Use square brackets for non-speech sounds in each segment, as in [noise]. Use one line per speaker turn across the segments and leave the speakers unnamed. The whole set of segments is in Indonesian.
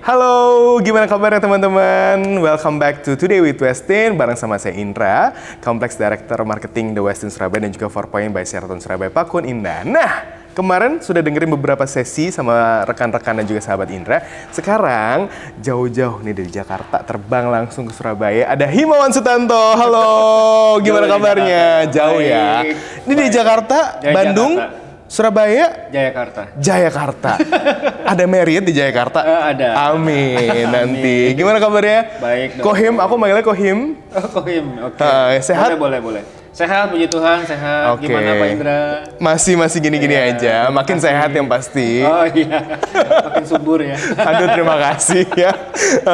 Halo, gimana kabarnya teman-teman? Welcome back to Today with Westin bareng sama saya Indra, Kompleks Director Marketing The Westin Surabaya dan juga 4Point by Sheraton Surabaya Pakun Indah. Nah, kemarin sudah dengerin beberapa sesi sama rekan-rekan dan juga sahabat Indra. Sekarang jauh-jauh nih dari Jakarta terbang langsung ke Surabaya ada Himawan Sutanto. Halo, gimana
Jauh dari
kabarnya?
Jakarta.
Jauh ya.
Baik.
Ini dari Jakarta,
Dari
Bandung,
Jakarta.
Surabaya,
Jayakarta. [laughs]
Jayakarta. ada Marriott di Jayakarta?
Eh, ada.
Amin
[laughs]
nanti. Gimana kabarnya?
Baik dong.
Kohim, aku manggilnya Kohim.
Oh, Kohim. Oke.
Ah, sehat?
Boleh, boleh, boleh. Sehat, puji Tuhan, sehat.
Oke.
Gimana Pak Indra?
Masih masih gini-gini
Iya,
aja, makin
makasih.
sehat yang pasti.
Oh iya, makin subur ya.
[laughs] Aduh terima kasih ya.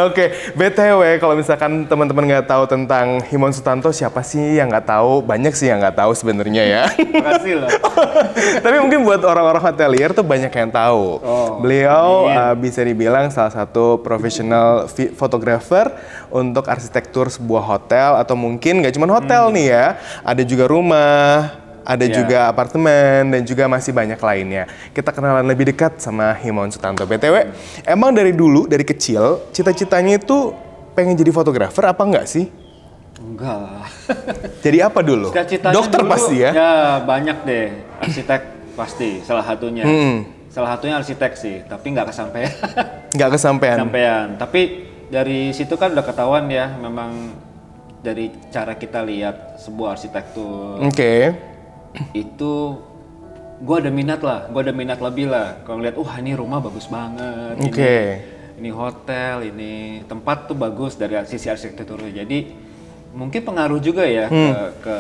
Oke, BTW kalau misalkan teman-teman nggak tahu tentang Himon Sutanto siapa sih yang nggak tahu? Banyak sih yang nggak tahu sebenarnya ya. [laughs]
Makasih loh.
Tapi mungkin buat orang-orang hotelier tuh banyak yang tahu.
Oh,
Beliau
amin.
uh, bisa dibilang salah satu profesional fi- fotografer untuk arsitektur sebuah hotel atau mungkin nggak cuma
Hmm.
hotel nih ya, ada juga rumah, ada
Iya.
juga apartemen dan juga masih banyak lainnya. Kita kenalan lebih dekat sama Himon Sutanto. BTW, emang dari dulu dari kecil cita-citanya itu pengen jadi fotografer apa enggak sih?
Enggak lah.
Jadi apa dulu?
Cita-citanya
Dokter
dulu,
pasti ya.
Ya, banyak deh. Arsitek pasti, salah satunya.
Hmm.
Salah satunya arsitek sih, tapi nggak
[laughs]
kesampaian.
Nggak kesampaian.
kesampaian. Tapi dari situ kan udah ketahuan ya, memang dari cara kita lihat sebuah arsitektur,
Oke.
itu gue ada minat lah, gue ada minat lebih lah. Kalau lihat, wah ini rumah bagus banget. ini-
Oke.
Ini, hotel, ini tempat tuh bagus dari sisi arsitekturnya. Jadi mungkin pengaruh juga ya ke, ke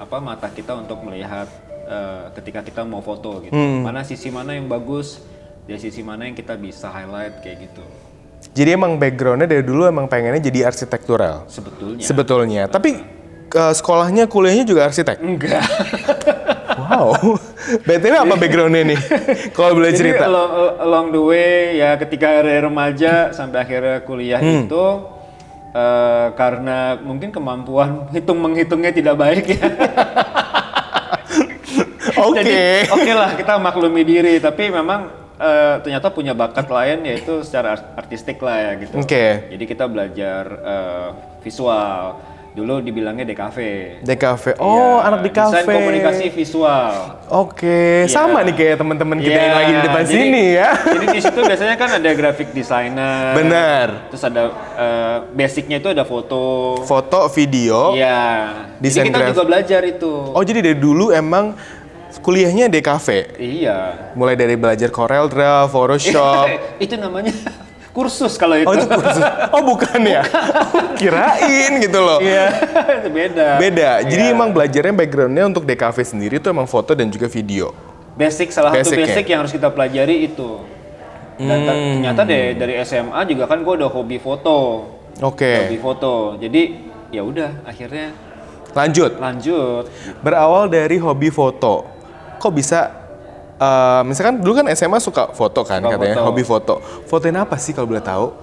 apa mata kita untuk melihat eh, ketika kita mau foto gitu. Mana sisi mana yang bagus, dari sisi mana yang kita bisa highlight kayak gitu.
Jadi emang backgroundnya dari dulu emang pengennya jadi arsitektural
Sebetulnya.
sebetulnya. Tapi eh, sekolahnya kuliahnya juga arsitek.
Enggak.
Wow. [laughs] BTW apa backgroundnya
[laughs]
nih? Kalau boleh cerita.
Jadi along, along the way ya ketika dari remaja sampai akhirnya kuliah
Hmm.
itu eh, karena mungkin kemampuan hitung menghitungnya tidak baik ya.
[laughs] [laughs] Oke.
Jadi oke lah kita maklumi diri tapi memang eh, ternyata punya bakat lain yaitu secara art- artistik lah ya gitu.
Oke.
Jadi kita belajar eh, visual. Dulu dibilangnya DKV.
Di kafe. Oh,
Iya,
anak di
desain
kafe.
komunikasi visual.
Oke, sama nih kayak teman-teman kita yang
Iya,
lagi di depan
jadi-
sini ya. [laughs]
Jadi di situ biasanya kan ada graphic designer.
Benar.
Terus ada eh, basicnya itu ada foto.
Foto, video.
Iya.
Oh. Desain
Jadi kita
graf-
juga belajar itu.
Oh, jadi dari dulu emang kuliahnya di kafe.
Iya. Eh,
Mulai dari belajar Corel Draw,
[laughs]
Photoshop,
itu namanya kursus kalau itu.
Oh
[laughs]
itu kursus. Oh bukan ya? Oh, [laughs] Kirain gitu loh.
Iya. itu beda.
Beda. Jadi
Iya.
emang belajarnya backgroundnya untuk DKV sendiri tuh emang foto dan juga video.
basic salah satu
Basicnya.
basic yang harus kita pelajari itu. Dan ter-
Hmm.
ternyata deh dari SMA juga kan gue udah hobi foto.
Oke.
Hobi foto. Jadi ya udah akhirnya
Lanjut.
lanjut.
Berawal dari hobi foto. Kok bisa? eh, misalkan dulu kan SMA suka foto kan
Suka
katanya
foto.
hobi foto. Fotoin apa sih kalau boleh tahu?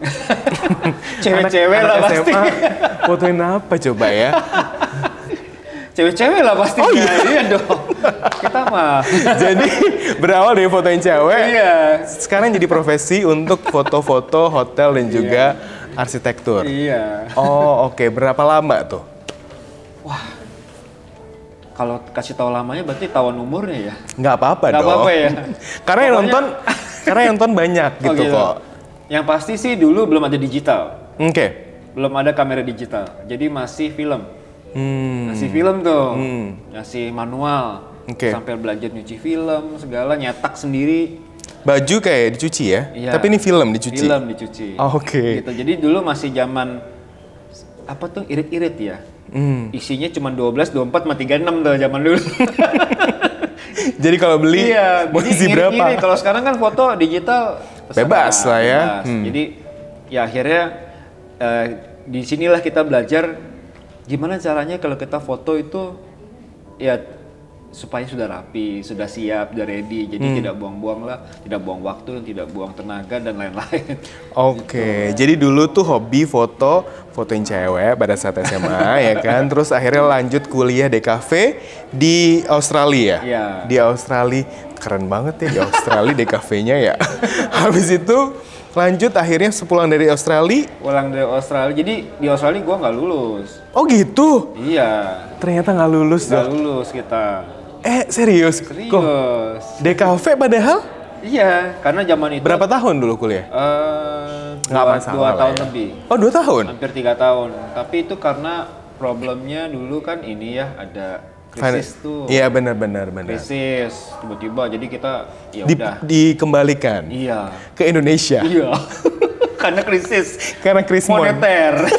Cewek-cewek
Anak-
lah
anak
pasti.
SMA, Fotoin apa coba ya?
[laughs] Cewek-cewek lah pasti.
Oh, iya.
dong. Kita
[laughs]
mah.
Jadi berawal dari fotoin cewek.
iya.
Sekarang jadi profesi untuk foto-foto hotel dan juga arsitektur.
Iya.
Oh, oke. Berapa lama tuh?
Kalau kasih tahu lamanya berarti tahun umurnya ya.
Nggak apa-apa
Nggak
dong.
apa-apa ya?
karena yang
Pokoknya-
nonton, karena yang nonton banyak
[laughs] Oh,
[laughs] gitu, kok.
Yang pasti sih dulu belum ada digital.
Oke.
Belum ada kamera digital. Jadi masih film.
Hmm,
Masih film tuh. Masih manual.
Oke.
Sampai belajar nyuci film, segala nyetak sendiri.
Baju kayak dicuci ya?
Iya.
Tapi ini film dicuci.
Film dicuci.
Oh, Oke.
Gitu. Jadi dulu masih zaman apa tuh irit-irit ya.
Hmm.
Isinya cuma 12, 24, sama 36 tuh zaman
[laughs]
dulu.
[laughs] Jadi kalau beli
[laughs]
[laughs]
iya,
mau
jadi
isi berapa?
irit-irit. Kalau sekarang kan foto digital terserah,
Bebas lah ya.
bebas. Jadi ya akhirnya eh, di sinilah kita belajar gimana caranya kalau kita foto itu ya supaya sudah rapi, sudah siap, sudah ready. Jadi
Hmm.
tidak buang-buang lah, tidak buang waktu, tidak buang tenaga dan lain-lain.
Oke, jadi dulu tuh hobi foto, fotoin cewek pada saat
[laughs]
SMA ya kan. Terus akhirnya lanjut kuliah DKV di Australia.
Iya.
Di Australia keren banget ya di Australia DKV-nya ya. [laughs] Habis itu Lanjut akhirnya sepulang dari Australia.
Ulang dari Australia. Jadi di Australia gua nggak lulus.
Oh gitu.
Iya,
Ternyata nggak lulus
nggak
dong.
lulus kita.
Eh serius? Iya. Kok
Serius.
DKV padahal
Iya, karena zaman itu
berapa tahun dulu kuliah?
eh,
Nggak
dua,
masalah
dua
lah
tahun
ya.
lebih,
Oh dua tahun.
hampir tiga tahun. Tapi itu karena problemnya dulu kan ini ya ada krisis
Fin-
tuh,
Iya benar-benar benar.
krisis tiba-tiba. Jadi kita ya
Di-
udah,
dikembalikan
iya,
ke
[laughs]
Indonesia
iya, karena krisis
karena Krismon.
moneter.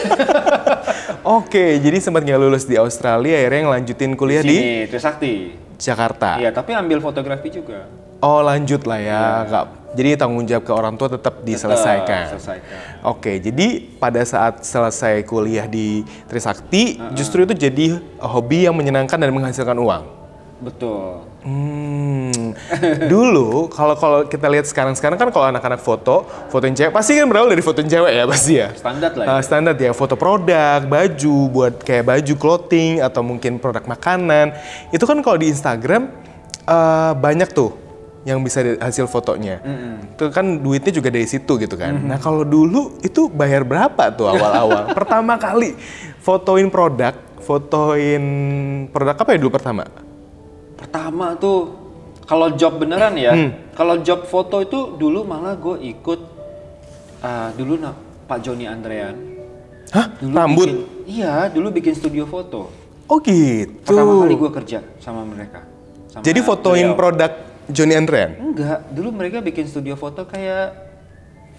Oke, jadi sempat nggak lulus di Australia, akhirnya ngelanjutin kuliah di
Sini, Trisakti.
Jakarta.
Iya, tapi ambil fotografi juga.
Oh lanjut lah ya, nggak. Jadi tanggung jawab ke orang tua tetap diselesaikan.
Selesaikan.
Oke, jadi pada saat selesai kuliah di Trisakti, justru itu jadi hobi yang menyenangkan dan menghasilkan uang.
Betul.
Hmm, [laughs] dulu kalau kalau kita lihat sekarang-sekarang kan kalau anak-anak foto, fotoin cewek pasti kan berawal dari fotoin cewek ya pasti ya.
Standar lah. ya.
Eh, standar ya foto produk, baju buat kayak baju clothing atau mungkin produk makanan. Itu kan kalau di Instagram eh, banyak tuh yang bisa di- hasil fotonya. Itu kan duitnya juga dari situ gitu kan.
Mm-hmm.
Nah, kalau dulu itu bayar berapa tuh
[laughs]
awal-awal? pertama kali fotoin produk, fotoin produk apa ya dulu pertama?
Pertama tuh kalau job beneran ya,
Hmm.
kalau job foto itu dulu malah gue ikut ah, dulu na- Pak Joni Andrean.
Hah?
Dulu
Rambut.
bikin- iya, dulu bikin studio foto.
Oh gitu.
Pertama kali gue kerja sama mereka. Sama
Jadi fotoin
beliau.
produk Johnny Andrean.
Enggak, dulu mereka bikin studio foto kayak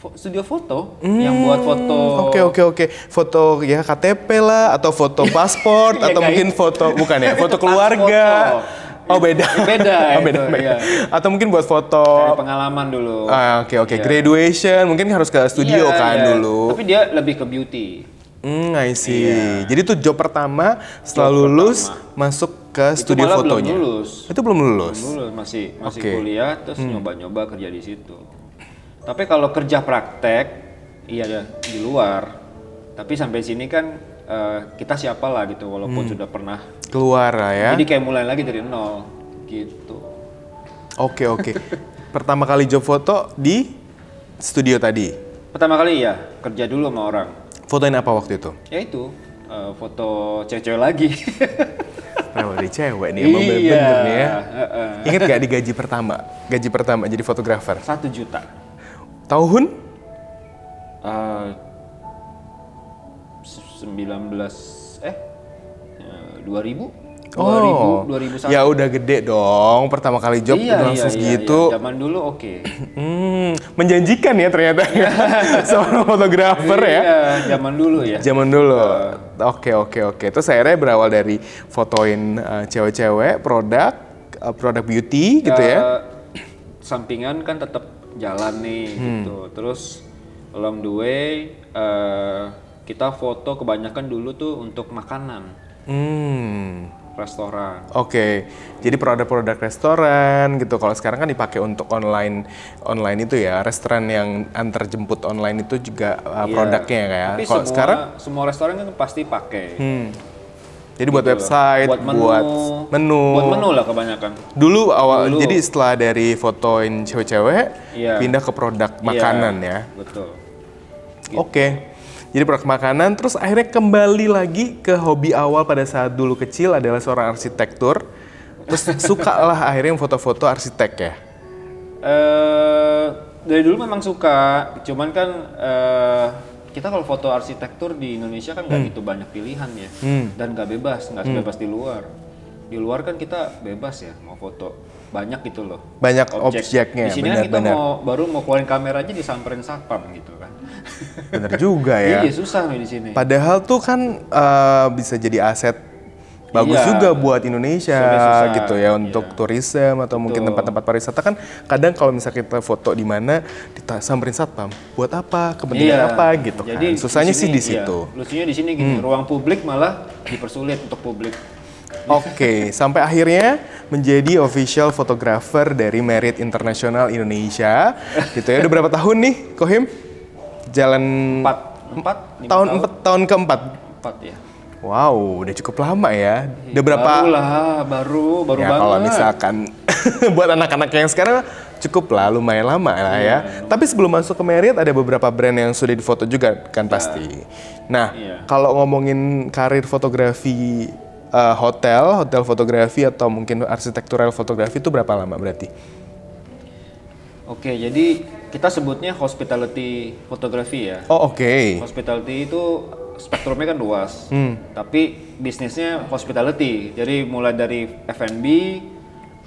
fo- studio foto yang buat foto.
Hmm, Oke oke oke. Foto ya KTP lah atau
[laughs]
foto pasport
Iya,
atau
nggak
mungkin foto bukan ya,
Itu
foto
pas
keluarga.
foto.
Oh beda.
[laughs] Beda
oh, beda,
itu,
beda.
iya.
Atau mungkin buat
Dari
foto
pengalaman dulu.
ah, oke oke
Iya.
graduation mungkin harus ke studio
Iya,
kan
iya.
dulu.
Tapi dia lebih ke beauty.
Hmm, I see.
Iya.
Jadi itu job pertama setelah lulus masuk ke studio
malah belum
fotonya.
lulus.
Itu belum lulus.
Dulu masih masih
Oke. Hmm.
kuliah terus nyoba-nyoba kerja di situ. Tapi kalau kerja praktek iya ya, di luar. Tapi sampai sini kan eh, kita siapa lah gitu walaupun sudah pernah.
Keluar lah Hmm. ya.
Jadi kayak mulai lagi dari nol gitu.
Oke oke. pertama kali job foto di studio tadi.
Pertama kali ya kerja dulu sama orang.
Fotoin apa waktu itu?
Ya itu eh, foto cewek-cewek lagi.
Kenapa dari cewek nih?
Iya.
Emang bener-bener nih ya.
heeh.
Ingat gak di gaji pertama? Gaji pertama jadi fotografer.
Satu juta.
Tahun?
Eh, 19 eh eh, 2000
Oh,
2000 2001
ya udah gede dong. Pertama kali job udah langsung segitu.
iya. zaman dulu oke
Hmm, menjanjikan ya ternyata ya. [laughs] seorang fotografer ya.
Iya, zaman dulu ya
Zaman dulu. Oke oke oke. Terus akhirnya berawal dari fotoin eh, cewek-cewek produk eh, produk beauty gitu ya.
Eh, sampingan kan tetap jalan nih
Hmm.
gitu terus along the way eh, kita foto kebanyakan dulu tuh untuk makanan
Hmm.
restoran
Oke, jadi produk-produk restoran gitu. Kalau sekarang kan dipakai untuk online, online itu ya restoran yang antar jemput online itu juga uh, produknya ya.
Iya. Tapi
Kalau
semua
sekarang,
semua restoran kan pasti pakai
hmm, jadi
gitu
buat website, buat menu,
buat menu lah kebanyakan
Dulu awal,
Dulu.
jadi setelah dari fotoin cewek-cewek,
Iya.
pindah ke produk makanan
Iya, Gitu.
ya.
betul
Oke. Jadi produk makanan, terus akhirnya kembali lagi ke hobi awal pada saat dulu kecil adalah seorang arsitektur. Terus sukalah akhirnya foto-foto arsitek ya.
eh dari dulu memang suka cuman kan eh kita kalau foto arsitektur di Indonesia kan nggak
Hmm.
gitu banyak pilihan ya dan nggak bebas nggak sebebas di luar di luar kan kita bebas ya mau foto banyak gitu loh
Banyak objeknya,
di sini kan kita
benar-benar.
mau baru mau keluarin kamera aja disamperin satpam gitu kan
Bener juga ya.
iya susah nih di sini
Padahal tuh kan eh, bisa jadi aset bagus
Iya.
juga buat Indonesia
Susah-susah.
gitu ya untuk tourism atau mungkin tempat-tempat pariwisata kan kadang kalau misalnya kita foto di mana dita- samperin satpam buat apa kepentingan
Iya.
apa gitu kan
Jadi
susahnya sih di
sini, iya.
situ. Hmm.
lucunya di sini gini ruang publik malah dipersulit untuk publik
Oke, sampai akhirnya menjadi official photographer dari Merit International Indonesia. Gitu ya. Udah berapa tahun nih, Kohim? Jalan
empat empat lima
Hmm. tahun empat tahun keempat.
empat ya
Wow, udah cukup lama ya. Udah berapa?
Baru lah, baru,
ya
baru Iya, banget.
[laughs] kalau misalkan buat anak-anak yang sekarang cukup lah lumayan lama lah
Iya.
ya. Tapi sebelum masuk ke Marriott ada beberapa brand yang sudah difoto juga kan pasti. Nah,
Iya.
kalau ngomongin karir fotografi eh, hotel, hotel fotografi atau mungkin arsitektural fotografi itu berapa lama berarti?
Oke, jadi kita sebutnya hospitality photography ya.
Oh oke.
Hospitality itu spektrumnya kan luas,
Hmm.
tapi bisnisnya hospitality. Jadi mulai dari F&B,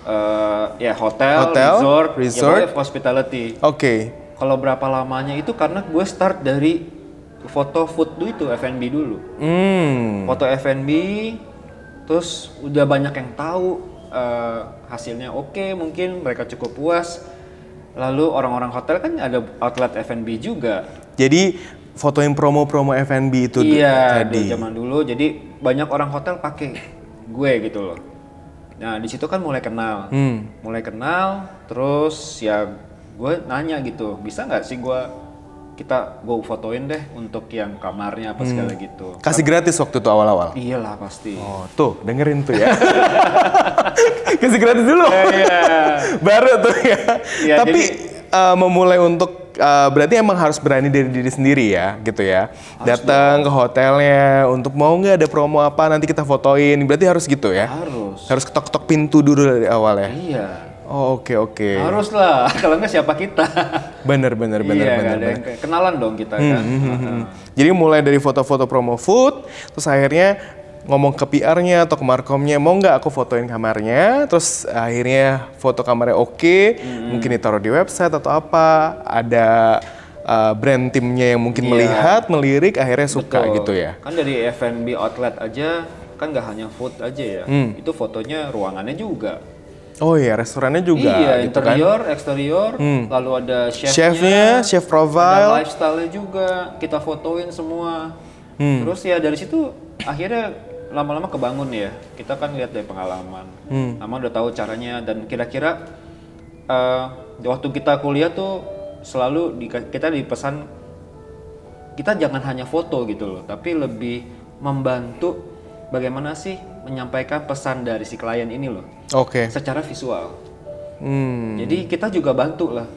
eh, ya hotel,
Hotel,
resort, ya
resort.
pokoknya hospitality.
Oke.
Kalau berapa lamanya itu karena gue start dari foto food dulu itu F&B dulu.
Hmm.
Foto F&B, terus udah banyak yang tahu eh, hasilnya oke, mungkin mereka cukup puas. Lalu orang-orang hotel kan ada outlet F&B juga.
Jadi fotoin promo-promo F&B itu du-
iya,
tadi.
dulu zaman dulu. Jadi banyak orang hotel pakai gue gitu loh. Nah di situ kan mulai kenal,
Hmm.
mulai kenal, terus ya gue nanya gitu, bisa nggak sih gue kita gue fotoin deh untuk yang kamarnya apa segala gitu.
Kasih gratis waktu itu awal-awal.
Iyalah pasti.
Hmm. Oh, tuh dengerin tuh ya. [laughs] Eh. Kasih gratis dulu. Baru tuh ya.
Iya,
Tapi eh, memulai untuk eh, berarti emang harus berani dari diri sendiri ya, gitu ya. Datang ke hotelnya untuk mau nggak ada promo apa nanti kita fotoin. Berarti harus gitu ya.
Harus.
Harus ketok-ketok pintu dulu dari awal ya.
Iya.
Oh, oke oke.
Harus lah. [laughs] Kalau nggak siapa kita?
Bener bener [laughs] bener bener.
iya,
Hmm,
nggak ada yang kayak- kenalan dong kita kan. Heeh.
Jadi mulai dari foto-foto promo food, terus akhirnya ngomong ke PR-nya atau ke markomnya, mau nggak aku fotoin kamarnya, terus akhirnya foto kamarnya oke,
Hmm.
mungkin ditaruh di website atau apa, ada uh, brand timnya yang mungkin melihat, melirik, akhirnya suka
Iya. Betul.
gitu ya.
Kan dari F&B outlet aja kan nggak hanya food aja ya.
Hmm.
Itu fotonya ruangannya juga.
Oh iya, restorannya juga
iya,
gitu kan. Hmm.
interior, eksterior, lalu ada
Chefnya,
chefnya,
chef
ada
profile,
lifestyle-nya juga kita fotoin semua. Terus ya dari situ akhirnya lama-lama kebangun ya. Kita kan lihat dari pengalaman. Lama udah tahu caranya dan kira-kira eh, waktu kita kuliah tuh selalu di, kita dipesan kita jangan hanya foto gitu loh, tapi lebih membantu bagaimana sih menyampaikan pesan dari si klien ini loh
oke.
secara visual.
Hmm.
Jadi kita juga bantu lah.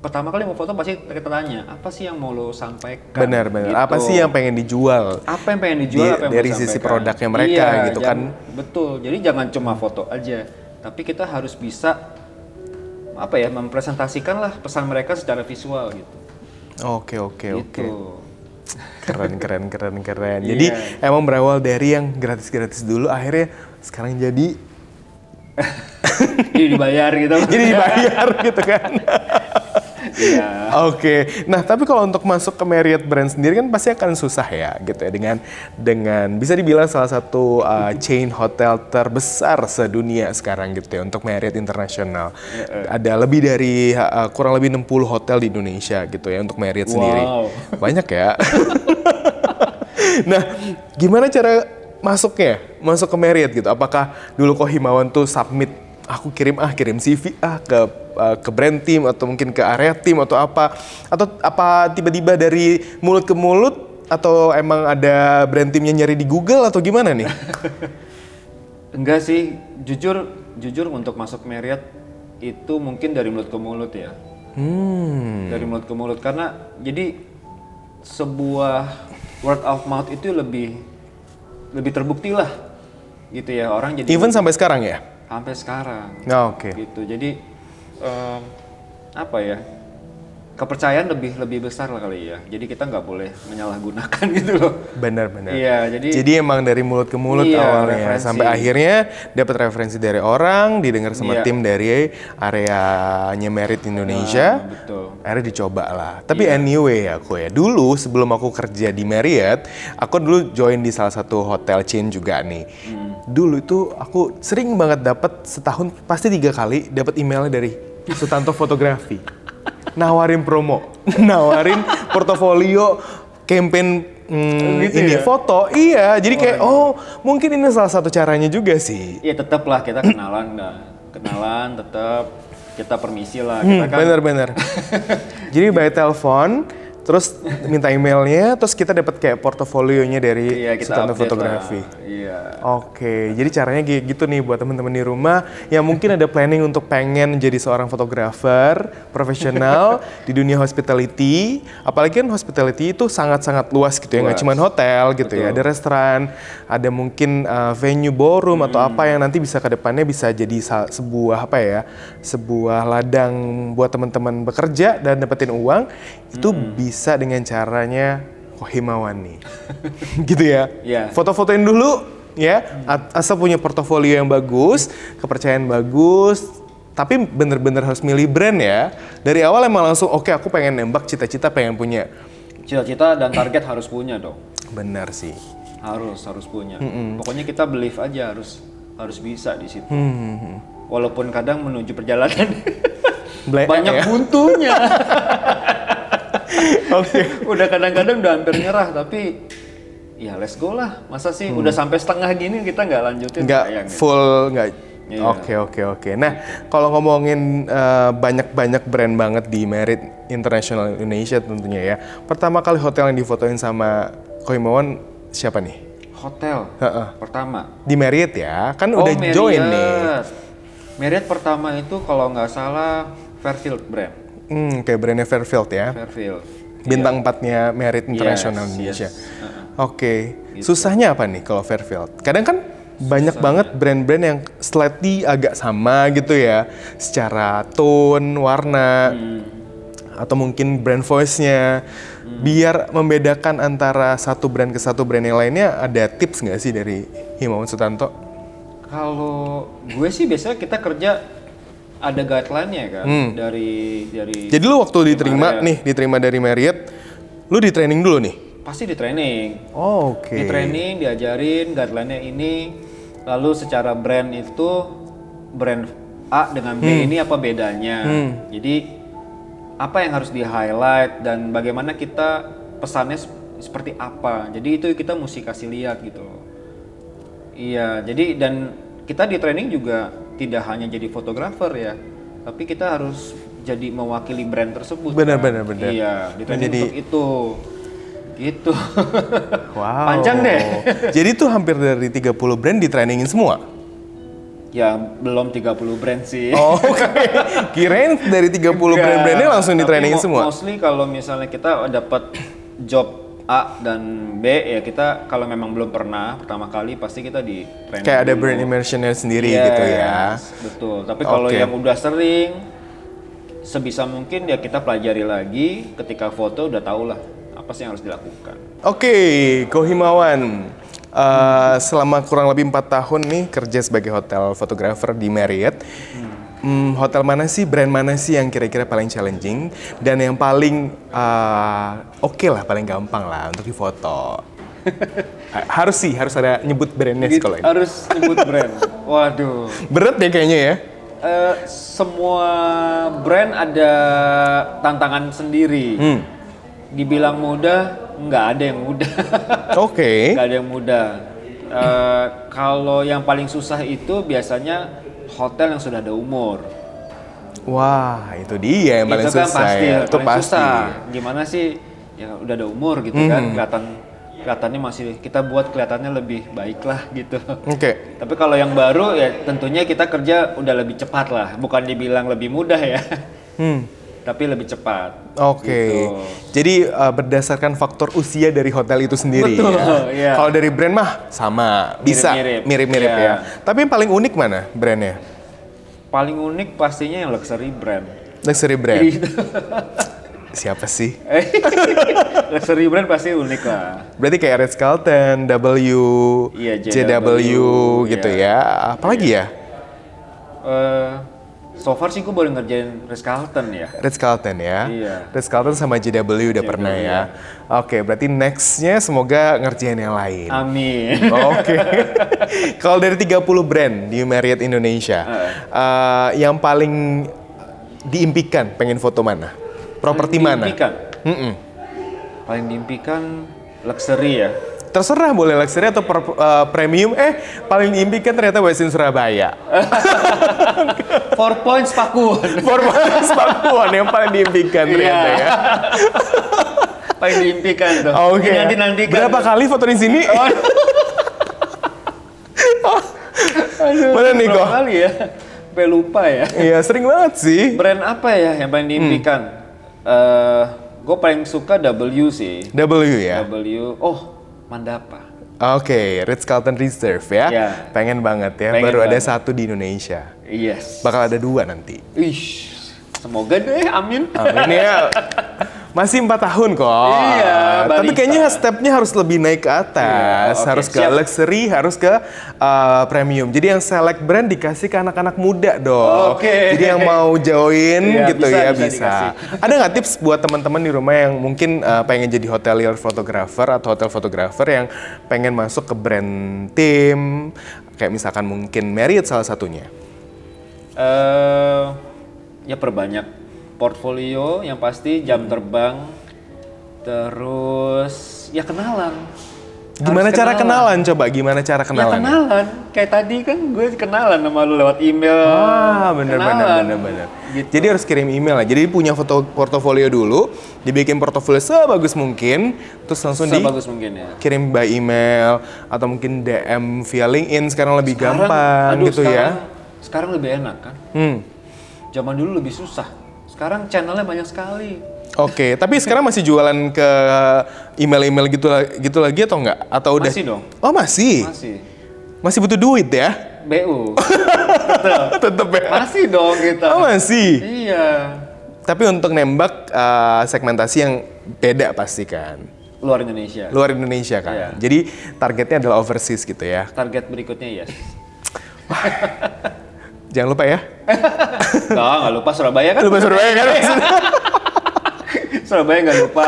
Pertama kali mau foto pasti kita tanya, apa sih yang mau lo sampaikan?
Benar benar.
Gitu.
Apa sih yang pengen dijual?
apa yang pengen dijual,
Di-
apa yang
dari
mau
sisi
disampaikan?
produknya mereka
Iya,
gitu
jangan-
kan.
Betul. Jadi jangan cuma foto aja, tapi kita harus bisa apa ya mempresentasikan lah pesan mereka secara visual gitu.
Oke oke oke.
Gitu. [laughs]
keren keren keren keren
Iya.
jadi emang berawal dari yang gratis gratis dulu akhirnya sekarang jadi
Jadi dibayar gitu.
jadi dibayar [laughs] gitu kan
Iya.
oke nah tapi kalau untuk masuk ke Marriott brand sendiri kan pasti akan susah ya gitu ya dengan dengan bisa dibilang salah satu uh, chain hotel terbesar sedunia sekarang gitu ya untuk Marriott internasional
Iya.
ada lebih dari uh, kurang lebih 60 hotel di Indonesia gitu ya untuk Marriott sendiri
Wow.
banyak ya
[laughs]
[laughs] nah, gimana cara masuknya? Masuk ke Marriott gitu. Apakah dulu kok himawan tuh submit aku kirim ah kirim CV ah ke eh, ke brand team atau mungkin ke area team atau apa atau apa tiba-tiba dari mulut ke mulut atau emang ada brand teamnya nyari di Google atau gimana
[laughs]
nih?
Enggak sih, jujur jujur untuk masuk Marriott itu mungkin dari mulut ke mulut ya. Dari mulut ke mulut karena jadi sebuah word of mouth itu lebih lebih terbukti lah gitu ya orang jadi
Even sampai sekarang ya?
sampai sekarang
Nah, oke.
gitu. Jadi em, apa ya? Kepercayaan lebih lebih besar lah kali ya. Jadi kita nggak boleh menyalahgunakan [laughs] gitu loh.
Benar-benar.
Iya, jadi
Jadi emang dari mulut ke mulut
Iya,
awalnya
referensi.
sampai akhirnya dapat referensi dari orang, didengar sama
Iya.
tim dari areanya Merit Indonesia.
betul.
Akhirnya dicoba lah. Tapi anyway aku ya, dulu sebelum aku kerja di Marriott, aku dulu join di salah satu hotel chain juga nih. Dulu itu aku sering banget dapat setahun pasti tiga kali dapat emailnya dari Sutanto Fotografi. Nawarin promo, nawarin portofolio campaign mm,
Gitu
ini
ya?
foto. Iya, jadi kayak oh, mungkin ini salah satu caranya juga sih.
Ya tetap lah kita
Hmm.
kenalan dah. Kenalan
Hmm,
[laughs] tetap kita permisi lah. Kita kan
Bener-bener. Jadi by telepon Terus minta emailnya, terus kita dapat kayak portofolionya dari
Iya, kita
Sutanto
update
Fotografi.
lah. Iya.
Oke, jadi caranya kayak gitu nih buat teman-teman di rumah yang mungkin ada planning untuk pengen jadi seorang fotografer profesional di dunia hospitality. Apalagi kan hospitality itu sangat-sangat luas gitu ya, nggak
Luas.
cuma hotel gitu ya, ada restoran, ada mungkin uh, venue ballroom atau apa yang nanti bisa ke depannya bisa jadi sa- sebuah apa ya, sebuah ladang buat teman-teman bekerja dan dapetin uang itu bisa dengan caranya Kohimawan nih, [laughs] gitu ya.
Iya.
Foto-fotoin dulu ya. At- Asal punya portofolio yang bagus, kepercayaan bagus, tapi bener-bener harus milih brand ya. Dari awal emang langsung oke aku pengen nembak cita-cita pengen punya.
Cita-cita dan target harus punya dong.
Benar sih.
Harus, harus punya. Pokoknya kita believe aja harus harus bisa di situ. Walaupun kadang menuju
[laughs]
perjalanan
Bleh,
banyak [laughs]
ya. [laughs]
buntunya.
Oke.
udah kadang-kadang udah hampir nyerah tapi ya let's go lah. Masa sih udah sampai setengah gini kita nggak lanjutin
Hmm. nggak
sayang ya.
full nggak
Iya.
oke oke oke nah kalau ngomongin eh, banyak-banyak brand banget di Merit International Indonesia tentunya ya pertama kali hotel yang difotoin sama Koimawan siapa nih
Hotel
Heeh.
pertama.
di Merit ya kan udah join nih
Oh, Marriott. Marriott pertama itu kalau nggak salah Fairfield brand.
hmm, kayak brandnya Fairfield ya
Fairfield.
bintang empatnya Merit International
Yes,
Indonesia
yes.
oke susahnya apa nih kalau Fairfield kadang kan banyak banget brand-brand yang slightly agak sama gitu ya secara tone warna atau mungkin brand voice-nya biar membedakan antara satu brand ke satu brand yang lainnya ada tips nggak sih dari Himawan Sutanto?
Kalau gue sih biasanya kita kerja ada guideline-nya kan dari dari
Hmm. Jadi lu waktu diterima nih diterima dari Marriott, lu di training dulu nih.
pasti di training.
Oh, Oke.
Di training diajarin guideline-nya ini lalu secara brand itu brand A dengan B
Hmm.
ini apa bedanya. Jadi apa yang harus di-highlight dan bagaimana kita pesannya sep- seperti apa. Jadi itu kita mesti kasih lihat gitu loh. Iya, jadi dan kita di training juga tidak hanya jadi fotografer ya, tapi kita harus jadi mewakili brand tersebut.
Benar,
kan?
benar, benar.
Iya, di training
Menjadi-
untuk itu. Gitu. [laughs]
Wow.
Panjang deh.
[laughs] Jadi tuh hampir dari 30 brand ditrainingin semua.
Ya, belum 30 brand sih. Iya.
Oh, Oke. [laughs] Kirain dari 30 brand-brandnya langsung
Tapi
ditrainingin
mo-
semua.
Mostly kalau misalnya kita dapat job A dan B ya kita kalau memang belum pernah pertama kali pasti kita di training.
Kayak ada
dulu. Iya.
brand immersionnya sendiri gitu ya.
Yes, Betul. Tapi kalau
Oke.
yang udah sering sebisa mungkin ya kita pelajari lagi ketika foto udah tau lah apa sih yang harus dilakukan.
Oke, Kohimawan. Eh, selama kurang lebih empat tahun nih kerja sebagai hotel fotografer di Marriott. Hmm, hotel mana sih, brand mana sih yang kira-kira paling challenging dan yang paling eh, oke lah, paling gampang lah untuk
[laughs]
difoto. Eh, harus sih, harus ada nyebut brandnya sih
Gitu.
kalau ini.
Harus nyebut
[laughs]
brand. Waduh.
Berat deh kayaknya ya.
Eh, semua brand ada tantangan sendiri.
Hmm.
Dibilang mudah, nggak ada yang mudah. [laughs]
Oke.
nggak ada yang mudah. Eh, kalau yang paling susah itu biasanya hotel yang sudah ada umur.
Wah, itu dia yang paling
itu kan
susah.
pasti,
ya. Itu
paling
pasti.
susah. Gimana sih? Ya udah ada umur gitu kan,
Hmm.
kelihatan kelihatannya masih kita buat kelihatannya lebih baik lah gitu. [laughs]
Oke.
Tapi kalau yang baru ya tentunya kita kerja udah lebih cepat lah, bukan dibilang lebih mudah ya.
Hmm.
[laughs] Tapi lebih cepat.
Oke,
Gitu.
jadi uh, berdasarkan faktor usia dari hotel itu sendiri
Betul,
ya.
iya.
Kalau dari brand mah sama, bisa
Mirip-mirip.
mirip-mirip
Iya.
ya. Tapi yang paling unik mana brandnya?
Paling unik pastinya yang luxury brand. [laughs]
Luxury brand.
Gitu.
Siapa sih?
luxury brand pasti unik lah.
Berarti kayak Red Carlton, W,
Iya,
JW,
JW,
gitu
iya.
ya. Apalagi
Eh, so far sih gue baru ngerjain Ritz Carlton ya.
ya? Red Carlton ya.
Iya.
Red Carlton sama JW udah pernah ya. Oke, berarti nextnya semoga ngerjain yang lain.
Ah. Amin.
[laughs] Oke. Kalau dari 30 brand di Marriott Indonesia,
Ah.
eh, yang paling diimpikan pengen foto mana? Properti mana?
Diimpikan.
Mm-mm.
Paling diimpikan luxury ya.
Terserah boleh luxury atau per- eh, premium. Eh, paling diimpikan ternyata Westin Surabaya.
[laughs] Four points Pakuan.
ya. Formalis Pakuan yang paling diimpikan ternyata
Iya.
ya.
[laughs] paling diimpikan tuh.
Oke.
Nanti nantikan.
Berapa kali foto di sini?
Oh.
Mana nih, Ko?
kali ya? Sampai lupa ya.
Iya, sering banget sih.
Brand apa ya
Hmm.
yang paling diimpikan? Eh, gue paling suka W sih.
W ya.
W. Oh, Mandapa.
Oke, Ritz Carlton Reserve ya.
Iya.
Pengen banget ya. Baru
Pengen
ada
banget.
satu di Indonesia.
Yes.
Bakal ada dua nanti.
Ish. Semoga deh, amin.
Amin ya. Masih empat tahun kok.
Iya,
Tapi
barista.
kayaknya stepnya harus lebih naik ke atas.
Iya, oke,
harus ke
siap.
luxury, harus ke uh, premium. Jadi yang select brand dikasih ke anak-anak muda dong.
Oke.
Jadi yang mau join
Iya,
gitu
bisa,
ya
bisa
bisa.
dikasih.
Ada nggak tips buat teman-teman di rumah yang mungkin uh, pengen jadi hotelier fotografer atau hotel fotografer yang pengen masuk ke brand tim kayak misalkan mungkin Marriott salah satunya.
eh ya perbanyak portfolio yang pasti jam
Hmm.
terbang terus ya kenalan.
Gimana
Harus
cara kenalan coba? Gimana cara
Ya
kenalan?
kenalan. Kayak tadi kan gue kenalan sama lu lewat email.
Ah, bener bener
Kenalan.
bener bener.
Gitu.
Jadi harus kirim email lah. Jadi punya foto portofolio dulu, dibikin portofolio sebagus mungkin, terus langsung dikirim
Sebagus mungkin ya.
by email atau mungkin DM via LinkedIn sekarang lebih gampang
aduh,
gitu
sekarang,
ya.
Sekarang lebih enak kan.
Hmm.
Zaman dulu lebih susah. Sekarang channelnya banyak sekali.
Oke, tapi sekarang masih jualan ke email-email gitu la- gitu lagi atau enggak? Atau udah?
Masih dong.
Oh, masih.
Masih.
Masih butuh duit ya? [laughs]
BU. Betul.
Tetep ya.
Masih dong kita.
Oh, masih.
Iya.
Tapi untuk nembak eh, segmentasi yang beda pasti kan.
Luar Indonesia.
luar Indonesia kan.
Iya.
Jadi targetnya adalah overseas gitu ya.
Target berikutnya yes.
Jangan lupa ya.
Nggak, nggak lupa Surabaya kan?
Lupa Surabaya kan maksudnya.
Surabaya nggak lupa.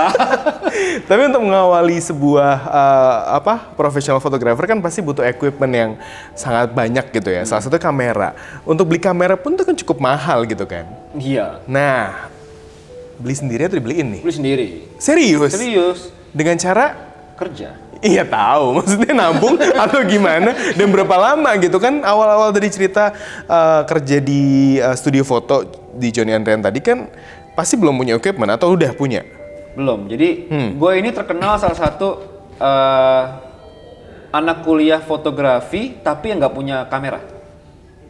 [laughs]
Tapi untuk mengawali sebuah eh, apa profesional fotografer kan pasti butuh equipment yang sangat banyak gitu ya. Salah satu kamera. Untuk beli kamera pun itu kan cukup mahal gitu kan.
iya.
Nah, beli sendiri atau dibeliin nih?
Lu sendiri.
Serius?
Serius.
Dengan cara
Kerja.
Iya tahu, [laughs] maksudnya nabung atau gimana dan berapa lama gitu kan awal-awal dari cerita uh, kerja di uh, studio foto di Johnny Andrean tadi kan pasti belum punya equipment atau udah punya.
Belum. Jadi
Hmm.
gue ini terkenal salah satu eh, anak kuliah fotografi tapi yang nggak punya kamera.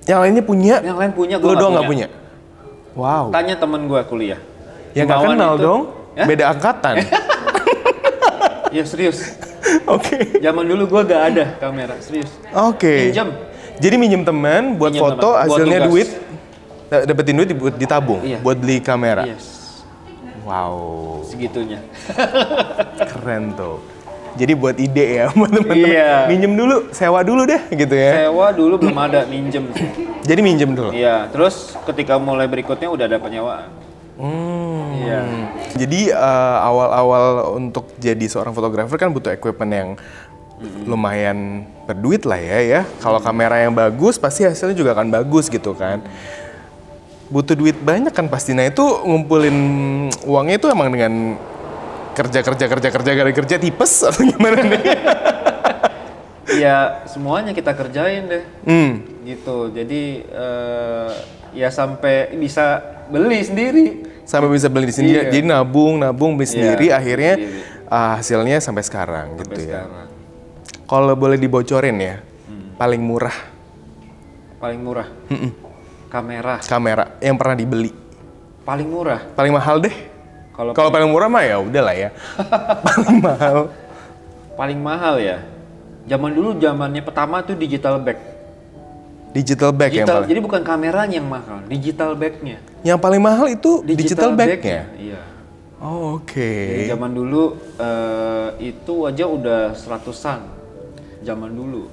Yang lainnya punya,
Yang lain punya gue
lo doang nggak punya. Wow,
Tanya temen gue kuliah.
yang Ya, nggak
Gunawan
kenal
itu-
dong,
Ya?
beda
[laughs]
angkatan.
Ya serius.
Oke,
Zaman dulu gue nggak ada kamera. Serius.
oke.
Pinjam.
Jadi minjem teman buat
Minjem
foto,
teman, buat
hasilnya
tugas.
duit, da- dapetin duit dibuat ditabung,
Iya.
buat beli kamera.
Yes.
Wow.
Segitunya.
Keren tuh. Jadi buat ide ya [laughs] buat teman-teman.
Iya.
Minjem dulu, sewa dulu deh gitu ya.
Sewa dulu belum ada minjem sih.
Jadi minjem dulu.
Iya, terus ketika mulai berikutnya udah ada penyewaan.
Hmm.
Iya.
Jadi eh, awal-awal untuk jadi seorang fotografer kan butuh equipment yang lumayan berduit lah ya ya. Kalau kamera yang bagus pasti hasilnya juga akan bagus gitu kan. Butuh duit banyak kan pasti. Nah itu ngumpulin uangnya itu emang dengan kerja kerja kerja kerja kerja kerja tipes atau gimana nih?
Iya, semuanya kita kerjain deh.
hmm.
Gitu. Jadi eh, ya sampai bisa beli sendiri.
sampai bisa beli di sini.
Iya.
Jadi nabung, nabung beli sendiri,
Iya,
akhirnya
sendiri.
ah, hasilnya sampai sekarang
Sampai
gitu ya.
sekarang. Hmm.
Kalau boleh dibocorin ya, paling murah
Paling murah. Kamera
kamera yang pernah dibeli,
paling murah.
paling mahal deh.
Kalau
Kalau paling murah mah ya udahlah
[laughs]
ya, paling mahal.
paling mahal ya. Zaman dulu zamannya pertama tuh digital bag.
Digital bag yang
Digital,
paling.
jadi bukan kameranya yang mahal, digital bagnya.
Yang paling mahal itu digital,
bagnya,
bagnya.
Iya.
Oh, Oke.
Jadi zaman dulu eh, itu aja udah seratusan. Zaman dulu,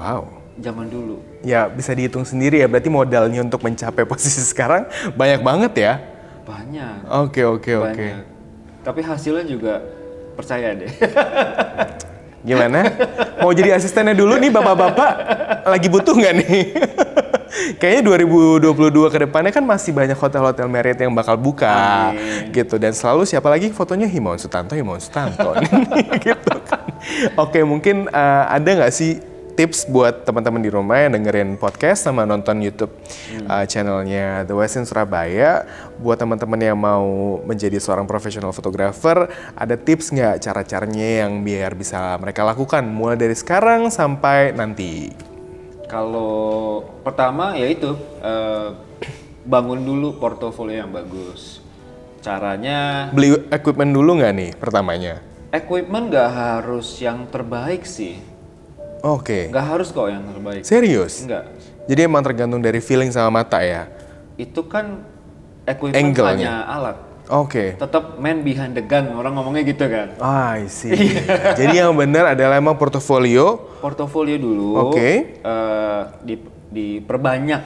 Wow.
zaman dulu.
Ya bisa dihitung sendiri ya. Berarti modalnya untuk mencapai [laughs] posisi sekarang banyak banget ya.
Banyak,
Oke oke oke.
banyak. Tapi hasilnya juga percaya deh. [laughs]
Gimana? Mau jadi asistennya dulu nih bapak-bapak? Lagi butuh nggak nih? [laughs] Kayaknya 2022 ke depannya kan masih banyak hotel-hotel Marriott yang bakal buka gitu dan selalu siapa lagi fotonya Himawan [laughs] Sutanto, Himawan Sutanto gitu kan. Oke, mungkin eh, ada nggak sih tips buat teman-teman di rumah yang dengerin podcast sama nonton YouTube uh, channelnya The Westin Surabaya. Buat teman-teman yang mau menjadi seorang profesional fotografer, ada tips nggak cara-caranya yang biar bisa mereka lakukan mulai dari sekarang sampai nanti?
Kalau pertama ya itu eh, bangun dulu portofolio yang bagus. Caranya
Beli equipment dulu nggak nih pertamanya?
equipment nggak harus yang terbaik sih.
Oke,
Nggak harus kok yang terbaik.
serius.
Nggak.
Jadi emang tergantung dari feeling sama mata ya.
Itu kan equipment
Angle-nya.
hanya alat.
Oke.
Tetap man behind the gun orang ngomongnya gitu kan.
Ah, I see. Jadi yang benar adalah emang portofolio.
Portofolio dulu.
Oke.
eh, di- diperbanyak.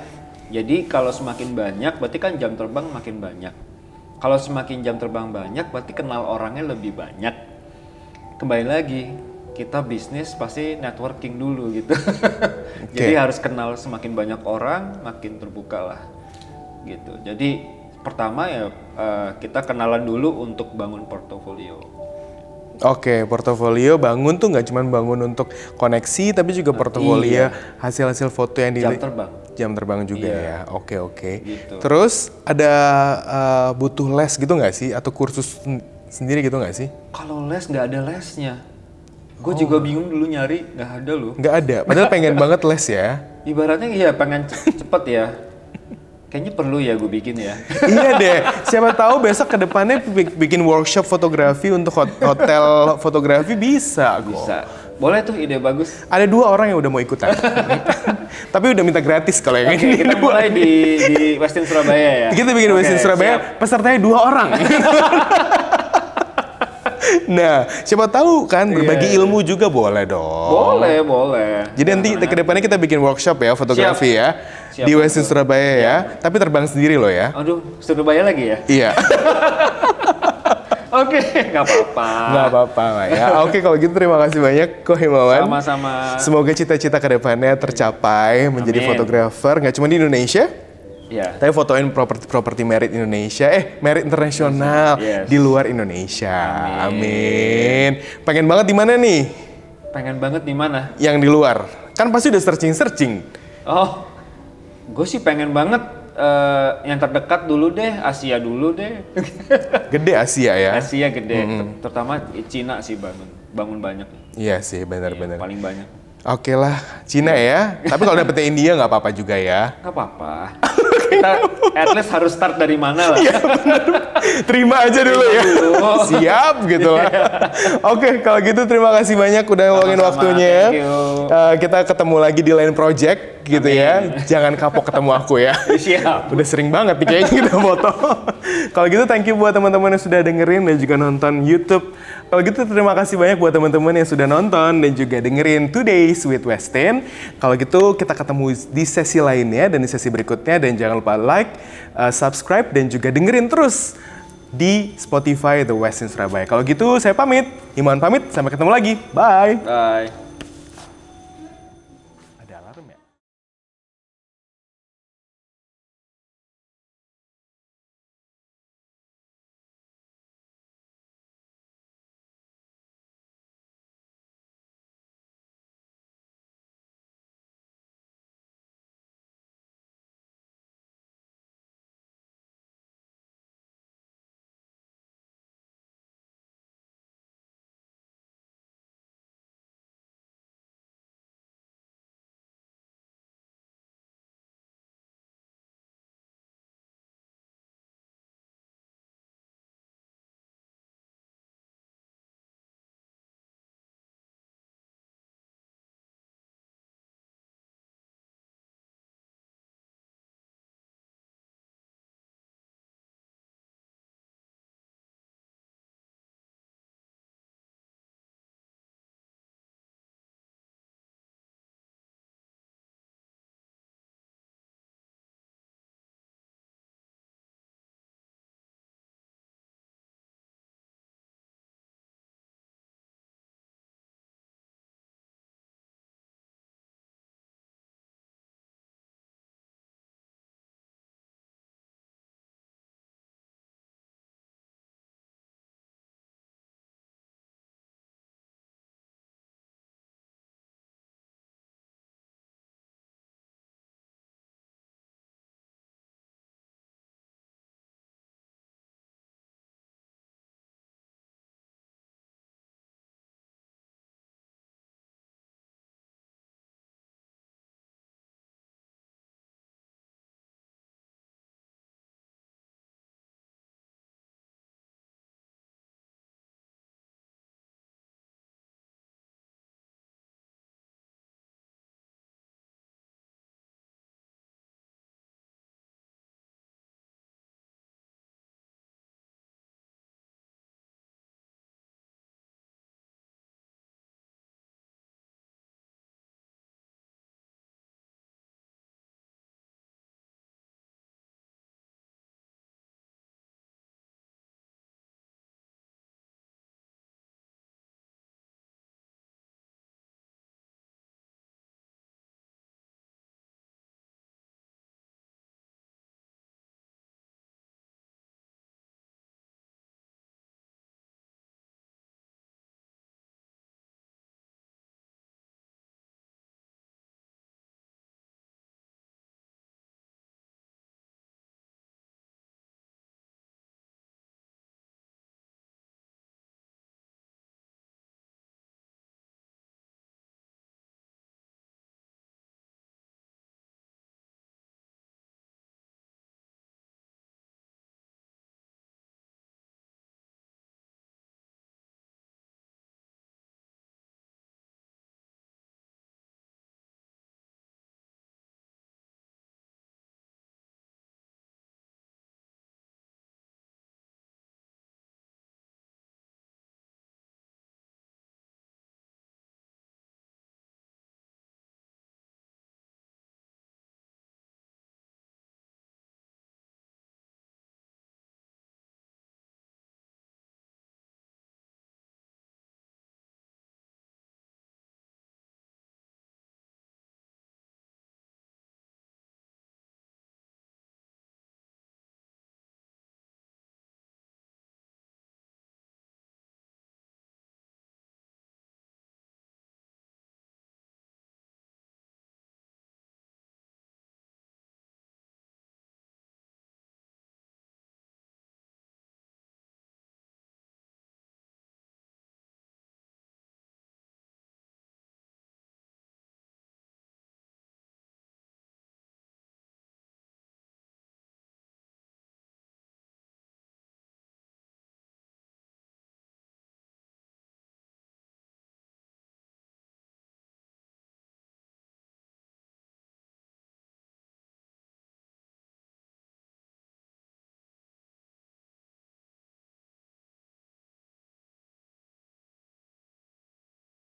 Jadi kalau semakin banyak berarti kan jam terbang makin banyak. Kalau semakin jam terbang banyak berarti kenal orangnya lebih banyak. Kembali lagi kita bisnis pasti networking dulu gitu. [laughs] Jadi harus kenal semakin banyak orang makin terbuka lah gitu. Jadi pertama ya eh, kita kenalan dulu untuk bangun portofolio.
Oke, portofolio bangun tuh nggak cuma bangun untuk koneksi, tapi juga portofolio hasil-hasil foto yang di
Iya. Jam terbang.
jam terbang juga ya. Oke oke.
Gitu.
Terus ada eh, butuh les gitu nggak sih, atau kursus sen- sendiri gitu nggak sih?
Kalau les nggak ada lesnya.
Oh.
Gue juga bingung dulu nyari nggak ada loh.
Nggak ada. Padahal pengen banget les ya.
[laughs] Ibaratnya ya pengen ce- [laughs] cepet ya. Kayaknya perlu ya gue bikin
[laughs]
ya.
iya deh. Siapa tahu besok ke depannya bi- bikin workshop fotografi untuk hot- hotel fotografi bisa kok.
Bisa. Boleh tuh ide bagus.
Ada dua orang yang udah mau
[laughs]
ikutan. Tapi udah minta gratis kalau yang [laughs]
Oke,
ini.
kita mulai di di Westin Surabaya ya.
Kita bikin
Oke,
Westin Surabaya,
siap.
pesertanya dua orang. nah, siapa tahu
Iya.
kan berbagi ilmu juga boleh dong.
Boleh, boleh.
Jadi nanti ke depannya kita bikin workshop ya fotografi
Siap.
ya
Siap, Iya.
di Westin Surabaya ya. Tapi terbang sendiri loh ya.
Aduh, Surabaya lagi
[laughs]
ya.
Iya,
Oke, [laughs] nggak apa-apa.
nggak apa-apa lah ya. Oke kalau gitu terima kasih banyak Ko Himawan.
Sama-sama.
Semoga cita-cita ke depannya tercapai menjadi
Amin.
fotografer nggak cuma di Indonesia,
Ya.
Tapi fotoin properti properti merit Indonesia, eh merit internasional
Yes.
di luar Indonesia. Amin. Pengen banget di mana nih?
Pengen banget di mana?
Yang di luar. Kan pasti udah searching searching.
Oh, gue sih pengen banget eh, yang terdekat dulu deh, Asia dulu deh. [laughs]
Gede Asia ya.
Asia gede, ter- terutama Cina sih bangun, bangun banyak,
Iya sih, benar-benar.
paling banyak.
Oke lah, Cina ya. Tapi kalau dapetnya India nggak apa-apa juga ya.
Gak apa-apa. Kita at least harus start dari mana lah.
Terima aja dulu ya.
dulu. Iya.
Siap gitu lah. Oke, kalau gitu terima kasih banyak udah ngeluangin
Sama-sama,
waktunya.
thank you.
Eh, kita ketemu lagi di lain project gitu ya. Jangan kapok ketemu aku ya.
Siap.
Udah sering banget nih kayaknya kita foto. Kalau gitu thank you buat teman-teman yang sudah dengerin dan juga nonton YouTube. Kalau gitu terima kasih banyak buat teman-teman yang sudah nonton dan juga dengerin Today's with Westin. Kalau gitu kita ketemu di sesi lainnya dan di sesi berikutnya dan jangan lupa like, uh, subscribe dan juga dengerin terus di Spotify The Westin Surabaya. Kalau gitu saya pamit, Iman pamit, sampai ketemu lagi. Bye.
Bye.